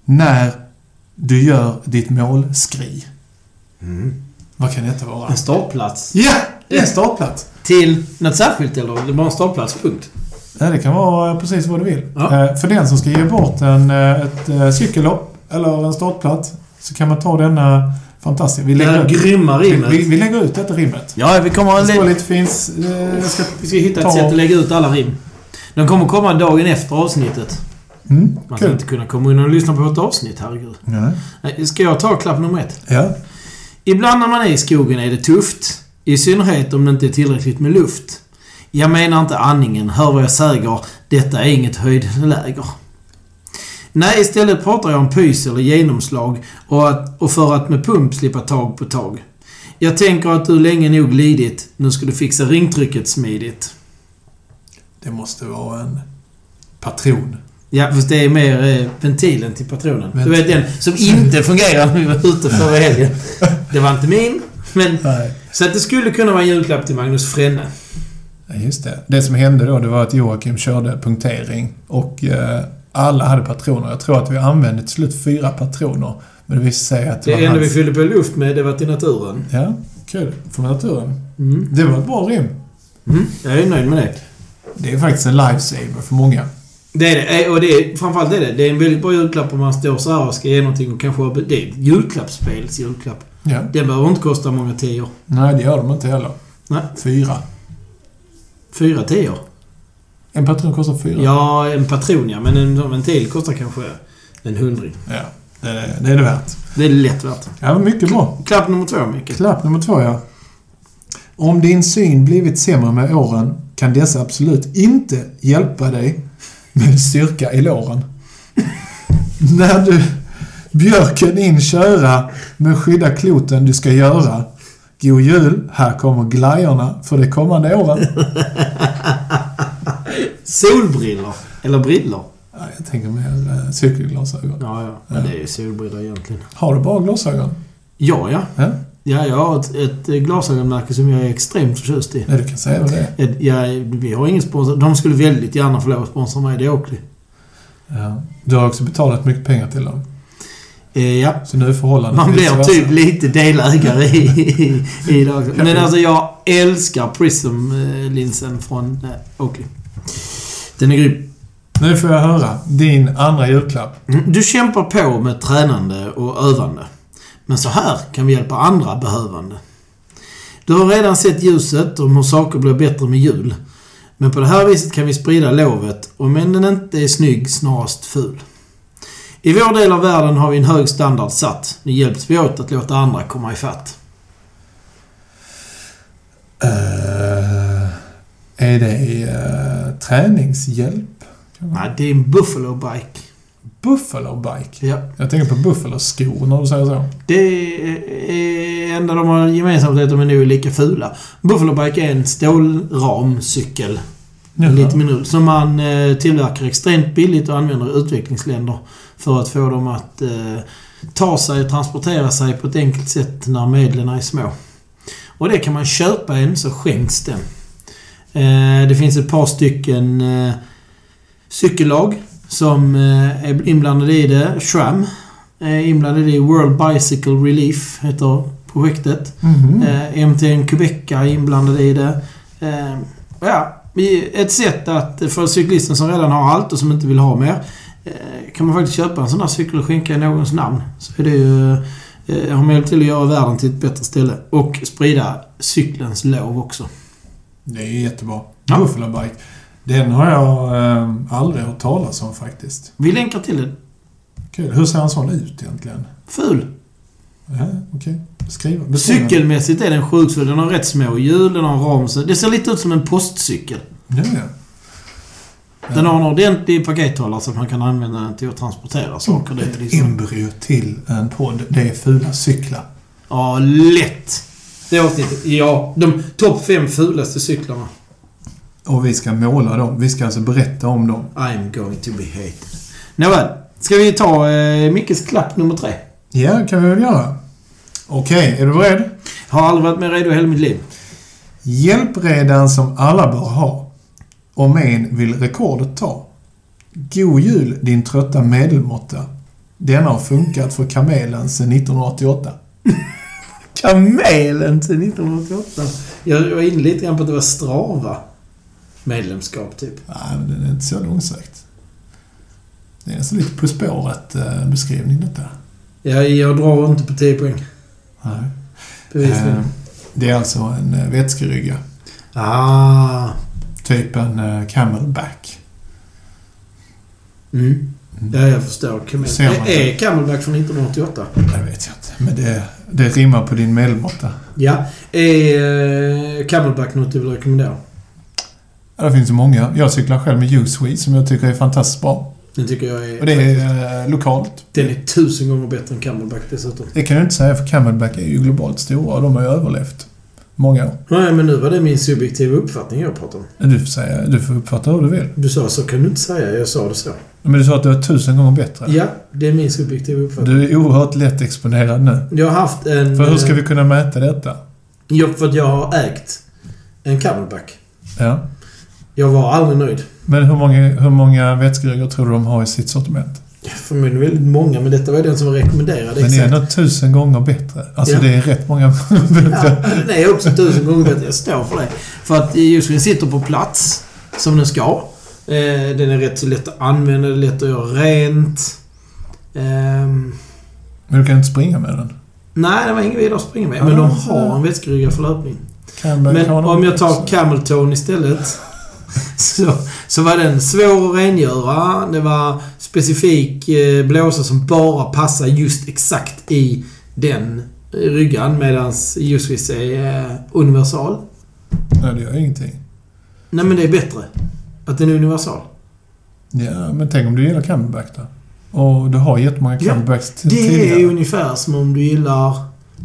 S1: När du gör ditt målskri. Vad kan detta vara?
S2: Mm. En startplats.
S1: Ja! Det är en startplats.
S2: Till något särskilt eller? Det är bara en startplats, punkt.
S1: Ja, det kan vara eh, precis vad du vill.
S2: Ja.
S1: Eh, För den som ska ge bort en, eh, ett eh, cykellopp eller en startplats så kan man ta denna fantastiska... Vi
S2: Det
S1: lägger,
S2: här
S1: upp,
S2: grymma
S1: vi,
S2: rimmet.
S1: vi, vi lägger ut detta rimmet.
S2: Ja, vi kommer
S1: Det
S2: att
S1: står
S2: lä-
S1: lite finns... eh, jag ska-
S2: vi ska hitta
S1: Ta-
S2: ett sätt att lägga ut alla rim. De kommer komma dagen efter avsnittet.
S1: Mm,
S2: Man ska
S1: kul.
S2: inte kunna komma in och lyssna på ett avsnitt, herregud.
S1: Nej.
S2: Nej, Ska jag ta klapp nummer ett?
S1: Ja.
S2: Ibland när man är i skogen är det tufft. I synnerhet om det inte är tillräckligt med luft. Jag menar inte andningen, hör vad jag säger. Detta är inget höjdläger. Nej, istället pratar jag om pys eller genomslag och, att, och för att med pump slippa tag på tag. Jag tänker att du länge nog lidit. Nu ska du fixa ringtrycket smidigt.
S1: Det måste vara en patron.
S2: Ja, fast det är mer eh, ventilen till patronen. Du
S1: Ventil.
S2: vet den som inte fungerar när vi var ute förra helgen. Det var inte min, men...
S1: Nej.
S2: Så att det skulle kunna vara en julklapp till Magnus Frenne.
S1: Ja, Just det. Det som hände då, det var att Joakim körde punktering och eh, alla hade patroner. Jag tror att vi använde till slut fyra patroner. Men det visade sig att det,
S2: Det
S1: var
S2: enda vi
S1: hans...
S2: fyllde på luft med, det var till naturen.
S1: Ja, kul. Från naturen.
S2: Mm.
S1: Det var ett bra rim.
S2: Mm. Jag är nöjd med det.
S1: Det är faktiskt en lifesaver för många.
S2: Det är det. Eh, Och det är, framförallt är det. Det är en väldigt bra julklapp om man står så här och ska ge någonting och kanske... har be- Det är ett julklappsspels julklapp.
S1: Ja.
S2: Den behöver inte kosta många tior.
S1: Nej, det gör de inte heller.
S2: Nej,
S1: Fyra.
S2: fyra tior.
S1: En patron kostar fyra.
S2: Ja, en patron ja, men en, en till kostar kanske en hundring.
S1: Ja, det, är- det är det värt.
S2: Det är lätt värt.
S1: Ja, men mycket bra.
S2: Klapp nummer två, Micke.
S1: Klapp nummer två, ja. Om din syn blivit sämre med åren kan dessa absolut inte hjälpa dig med styrka i låren. När du björken in köra med skydda kloten du ska göra. God jul, här kommer glajjorna för de kommande åren.
S2: Solbriller Eller briller.
S1: Ja, jag tänker mer eh, cykelglasögon.
S2: Ja, ja. Men det är ju solbriller egentligen.
S1: Har du bara glasögon?
S2: Ja, ja.
S1: Ja?
S2: Ja, jag har ett, ett glasögonmärke som jag är extremt förtjust i.
S1: Nej, du kan säga vad det är.
S2: Ett- Ja, vi har ingen sponsor. De skulle väldigt gärna få lov att sponsra mig. Det är Oakley.
S1: Ja. Du har också betalat mycket pengar till dem.
S2: Eh, ja.
S1: Så nu är förhållandet
S2: Man
S1: vice
S2: blir
S1: versa.
S2: typ lite delägare i, i, i det också. Men alltså jag älskar Prism-linsen från eh, Oakley. Den är grym.
S1: Nu får jag höra din andra julklapp.
S2: Mm, Du kämpar på med tränande och övande. Men så här kan vi hjälpa andra behövande. Du har redan sett ljuset om hur saker blir bättre med jul. Men på det här viset kan vi sprida lovet, om än den inte är snygg, snarast ful. I vår del av världen har vi en hög standard satt. Nu hjälps vi åt att låta andra komma ifatt.
S1: Eh, är det eh, träningshjälp?
S2: Nej, det är en Buffalo Bike.
S1: Buffalo bike?
S2: Ja.
S1: Jag tänker på buffaloskor när du säger så.
S2: Det är enda de har gemensamt är att de är nog lika fula. Buffalo Bike är en stålramcykel.
S1: Ja.
S2: Lite mindre, som man eh, tillverkar extremt billigt och använder i utvecklingsländer för att få dem att eh, ta sig och transportera sig på ett enkelt sätt när medlen är små. Och det kan man köpa en så skänks den. Eh, det finns ett par stycken eh, cykellag som eh, är inblandade i det. SRAM är inblandade i World Bicycle Relief heter projektet.
S1: Mhm.
S2: Eh, MTN Quebeca är inblandade i det. Eh, ja, i- ett sätt att för cyklisten som redan har allt och som inte vill ha mer. Eh, kan man faktiskt köpa en sån här cykel och skänka i någons namn. Så är det ju... Eh, har man hjälpt till att göra världen till ett bättre ställe. Och sprida cykelns lov också.
S1: Det är jättebra.
S2: Ja.
S1: Buffalo Bike. Den har jag eh, aldrig hört talas om faktiskt.
S2: Vi länkar till den.
S1: Kul. Hur ser en sån ut egentligen?
S2: Ful!
S1: Ja, Okej. Skriva. Beskriv den.
S2: Cykelmässigt är den sjukt ful. Den har rätt små hjul, den har ram. så- Det ser lite ut som en postcykel.
S1: Ja, ja.
S2: Den har en ordentlig pakethållare som man kan använda den till att transportera saker dit.
S1: Ett
S2: Liksom.
S1: embryo till en podd. Det är fula cyklar.
S2: Ja, lätt! Det avsnittet. Ja, de topp fem fulaste cyklarna.
S1: Och vi ska måla dem. Vi ska alltså berätta om dem.
S2: I'm going to be hated. Nåväl. Ska vi ta eh, Mickes klack nummer tre?
S1: Ja, det kan vi väl göra. Okej, är du beredd?
S2: Har aldrig varit mer redo i hela mitt liv.
S1: Hjälpredan som alla bör ha. Om en vill rekordet ta. God jul din trötta medelmåtta. Denna har funkat för kamelen sedan 1988.
S2: Kamelen till 1988. Jag var inne lite grann på att det var Strava. Medlemskap, typ.
S1: Nej, men den är inte så långsökt. Det är nästan lite På spåret eh, beskrivning detta.
S2: Jag, jag drar inte på 10 poäng.
S1: Nej.
S2: Bevisligen.
S1: Eh, Det är alltså en eh, vätskerygga. Eh.
S2: Ah.
S1: Typ en eh, camelback.
S2: Mm. Ja, jag förstår. Camel.
S1: Ser man
S2: Är Camelback från 1988?
S1: Det vet jag inte. Men det, det rimmar på din medelmåtta.
S2: Ja. Är eh, Camelback något du vill rekommendera?
S1: Ja, Det finns ju många. Jag cyklar själv med Uswee som jag tycker är fantastiskt bra.
S2: Den tycker jag är...
S1: Och det är eh, lokalt.
S2: Den är tusen gånger bättre än Camelback dessutom.
S1: Det kan jag inte säga för camelback är ju globalt stora och de har ju överlevt. Många år.
S2: Nej, men nu var det min subjektiva uppfattning jag pratade om.
S1: Du får, säga, du får uppfatta hur du vill.
S2: Du sa så kan du inte säga. Jag sa det så.
S1: Men du sa att du är tusen gånger bättre.
S2: Ja, det är min subjektiva uppfattning.
S1: Du är oerhört lätt exponerad nu.
S2: Jag har haft en...
S1: För hur ska vi kunna mäta detta?
S2: eh, Ja, för att jag har ägt en Camelback.
S1: Ja.
S2: Jag var aldrig nöjd.
S1: Men hur många, hur många vätskeryggar tror du de har i sitt sortiment?
S2: Förmodligen väldigt många, men detta var den som var rekommenderad.
S1: Men det är
S2: exakt.
S1: ändå tusen gånger bättre. Alltså
S2: Ja.
S1: det är rätt många
S2: Ja,
S1: bättre.
S2: den är också tusen gånger bättre. Jag står för det. För att just den sitter på plats som den ska. Eh, Den är rätt så lätt att använda, det är lätt att göra rent. Ehm,
S1: Men du kan inte springa med den.
S2: Nej, det var ingen vidare att springa med. Men de har en vätskerygga för löpning.
S1: Camelback
S2: Men
S1: har någon
S2: om jag tar
S1: också.
S2: camel tone istället. Så, så var den svår att rengöra. Det var specifik eh, blåsa som bara passar just exakt i den eh, ryggan. Medan Jusvis är eh, universal.
S1: Nej, det gör ingenting.
S2: Nej men det är bättre. Att den är universal.
S1: Ja, men tänk om du gillar camelback då? Och du har jättemånga
S2: Ja,
S1: comebacks ja,
S2: Det är
S1: tidigare.
S2: ungefär som om du gillar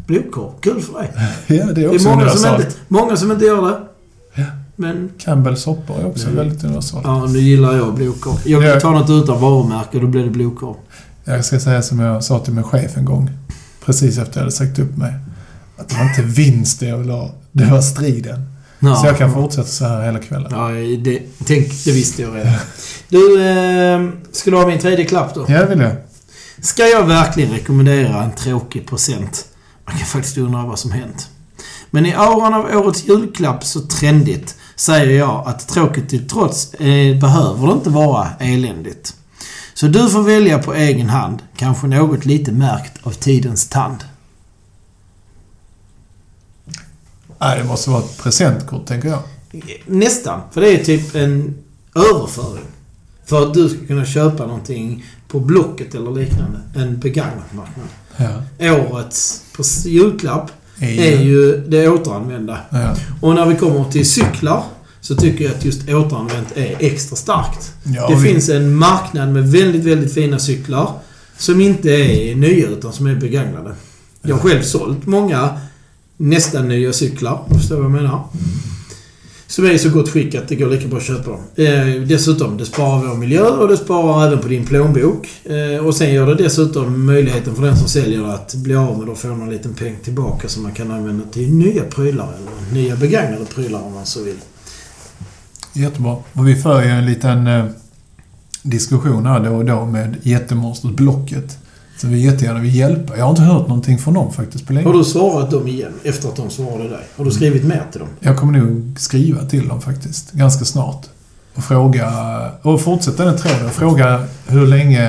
S2: blodkorv. Kul för dig.
S1: Ja, det är
S2: Det
S1: också
S2: är många som,
S1: universalt.
S2: inte, många som inte gör det.
S1: Ja.
S2: Men
S1: Campbells soppor är också
S2: Nej.
S1: väldigt universalt.
S2: ja, nu gillar jag blodkorv. Jag
S1: Ja.
S2: kan ta något utan varumärke då blir det blodkorv.
S1: Jag ska säga som jag sa till min chef en gång. Precis efter jag hade sagt upp mig. Att det var inte vinst det jag ville ha. Det var striden.
S2: Ja.
S1: Så jag kan fortsätta så här hela kvällen.
S2: Ja, det, tänk, det visste jag redan. Du, eh, ska du ha min tredje klapp då?
S1: Ja, det vill jag.
S2: Ska jag verkligen rekommendera en tråkig present? Man kan faktiskt undra vad som hänt. Men i auran av årets julklapp så trendigt säger jag att tråkigt till trots eh, behöver det inte vara eländigt. Så du får välja på egen hand, kanske något lite märkt av tidens tand.
S1: Nej, det måste vara ett presentkort, tänker jag.
S2: Nästan, för det är typ en överföring. För att du ska kunna köpa någonting på Blocket eller liknande. En begagnat marknad.
S1: Ja.
S2: Årets pres- julklapp
S1: Är
S2: är ju det återanvända.
S1: Ja.
S2: Och när vi kommer till cyklar så tycker jag att just återanvänt är extra starkt.
S1: Ja,
S2: det
S1: vi-
S2: finns en marknad med väldigt, väldigt fina cyklar som inte är nya utan som är begagnade. Jag har själv sålt många nästan nya cyklar, om du förstår vad jag menar. Som är i så gott skick att det går lika bra att köpa dem. Eh, dessutom, det sparar vår miljö och det sparar även på din plånbok. Eh, och sen gör det dessutom möjligheten för den som säljer det att bli av med det och få någon liten peng tillbaka som man kan använda till nya prylar eller nya begagnade prylar om man så vill.
S1: Jättebra. Och vi för ju en liten eh, diskussion här då och då med jättemonstret Blocket. Så vi jättegärna vill hjälpa. Jag har inte hört någonting från dem faktiskt på
S2: Har
S1: länge.
S2: du svarat dem igen efter att de svarade dig? Har du skrivit mer till dem?
S1: Jag kommer nog skriva till dem faktiskt, ganska snart. Och fråga... Och fortsätta den tråden. Och fråga hur länge...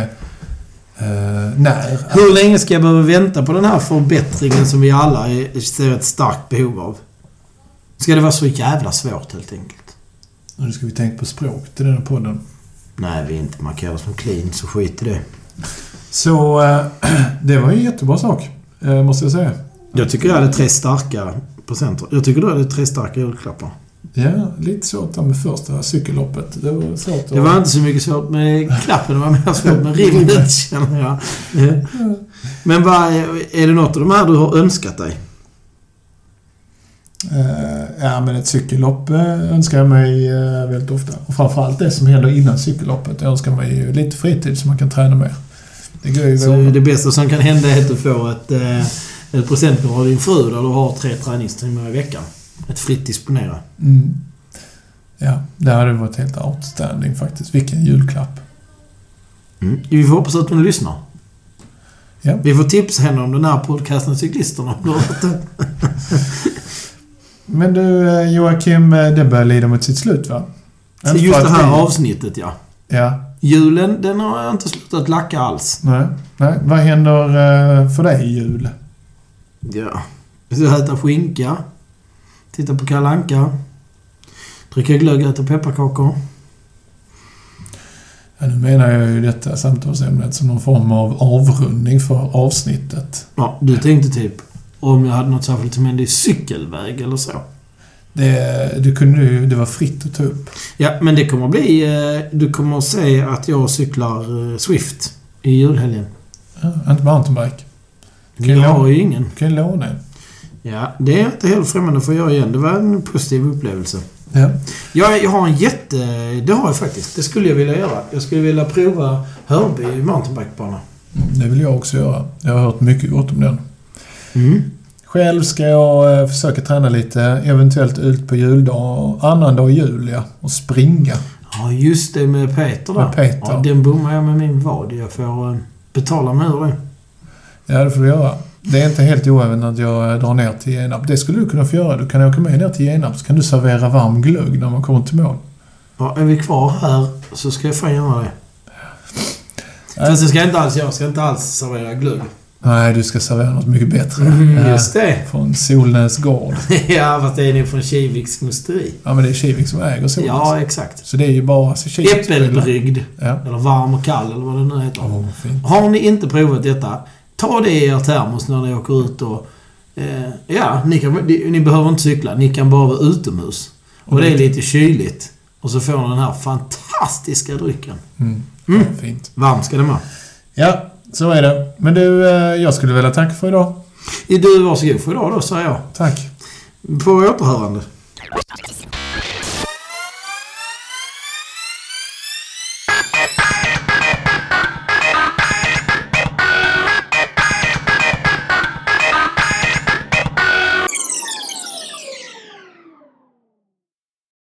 S1: Eh, när?
S2: Hur länge ska jag behöva vänta på den här förbättringen som vi alla är- ser ett starkt behov av? Ska det vara så jävla svårt helt enkelt?
S1: Nu ska vi tänka på språk till den här podden.
S2: Nej, vi är inte markerade som clean, så skit i det.
S1: Så eh, det var ju en jättebra sak, eh, måste jag säga.
S2: Jag tycker jag hade tre starka procenter. Jag tycker du hade tre starka julklappar.
S1: Ja, lite svårt där med första cykelloppet. Det var svårt att...
S2: Det var inte så mycket svårt med klappen, det var mer svårt med rimmet känner jag. Eh. Men vad, är- är det något av de här du har önskat dig?
S1: Eh, ja, men ett cykellopp eh, önskar jag mig eh, väldigt ofta. Och framförallt det som händer innan cykelloppet. Jag önskar mig ju lite fritid så man kan träna mer. Det går ju
S2: Så
S1: väldigt-
S2: det bästa som kan hända är att du får ett, eh, ett presentkort av din fru där du har tre träningstimmar i veckan. Ett fritt disponera.
S1: Mm. Ja, det hade varit helt outstanding faktiskt. Vilken julklapp.
S2: Vi får hoppas att hon lyssnar.
S1: Ja.
S2: Vi får tipsa henne om den här podcasten Cyklisterna. om du har hört den.
S1: Men du eh, Joakim, eh, det börjar lida mot sitt slut va?
S2: Så
S1: Inte
S2: just
S1: för
S2: det
S1: att
S2: här
S1: vi-
S2: avsnittet ja.
S1: Ja,
S2: Julen, den har jag inte slutat lacka alls.
S1: nej, nej. Vad händer eh, för dig i jul?
S2: Ja. Så äta skinka. Titta på Kalle Anka. Dricka glögg, äta pepparkakor.
S1: Ja, nu menar jag ju detta samtalsämnet som någon form av avrundning för avsnittet.
S2: Ja, du tänkte typ om jag hade något särskilt som hände i cykelväg eller så.
S1: Det, du kunde ju, det var fritt att ta upp.
S2: Ja, men det kommer bli... eh, Du kommer att se att jag cyklar eh, Swift i julhelgen.
S1: Ja, inte mountainbike.
S2: Jag har ju ingen.
S1: Du kan ju låna en.
S2: Ja, det är jag inte helt främmande för att göra igen. Det var en positiv upplevelse.
S1: Ja.
S2: Jag, jag har en jätte... Det har jag faktiskt. Det skulle jag vilja göra. Jag skulle vilja prova Hörby mountainbikebana.
S1: Mm, Det vill jag också göra. Jag har hört mycket gott om den.
S2: Mm.
S1: Själv ska jag eh, försöka träna lite, eventuellt ut på juldag, annandag jul ja, och springa.
S2: Ja, just det med Peter där.
S1: Med Peter.
S2: Ja, den bommar jag med min vad. Jag får eh, betala mig ur det.
S1: Ja, det får du göra. Det är inte helt oäven att jag eh, drar ner till Genarp. Det skulle du kunna få göra. Du kan åka med ner till Genarp så kan du servera varm glögg när man kommer till mål.
S2: Ja, är vi kvar här så ska jag fan göra det. Fast det ska jag inte alls göra. Jag ska inte alls servera glögg.
S1: Nej, du ska servera något mycket bättre.
S2: Mm,
S1: Ja,
S2: just det.
S1: Från Solnäs gård.
S2: ja, fast det är nog från Kiviks musteri.
S1: Ja, men det är Kivik som äger Solnäs.
S2: Ja, exakt.
S1: Så det är ju bara så Kivik.
S2: Äppelbryggd.
S1: Ja.
S2: Eller varm och kall, eller vad det nu heter.
S1: Åh, vad fint.
S2: Har ni inte provat detta, ta det i er termos när ni åker ut och... Eh, ja, ni, kan, ni, ni behöver inte cykla. Ni kan bara vara utomhus. Och det är lite kyligt. Och så får ni den här fantastiska drycken.
S1: Mm.
S2: Mm.
S1: vad Fint.
S2: Varm ska den vara.
S1: Ja, så är det. Men du, eh, jag skulle vilja tacka för idag.
S2: Du, varsågod för idag då, säger jag.
S1: Tack.
S2: På återhörande.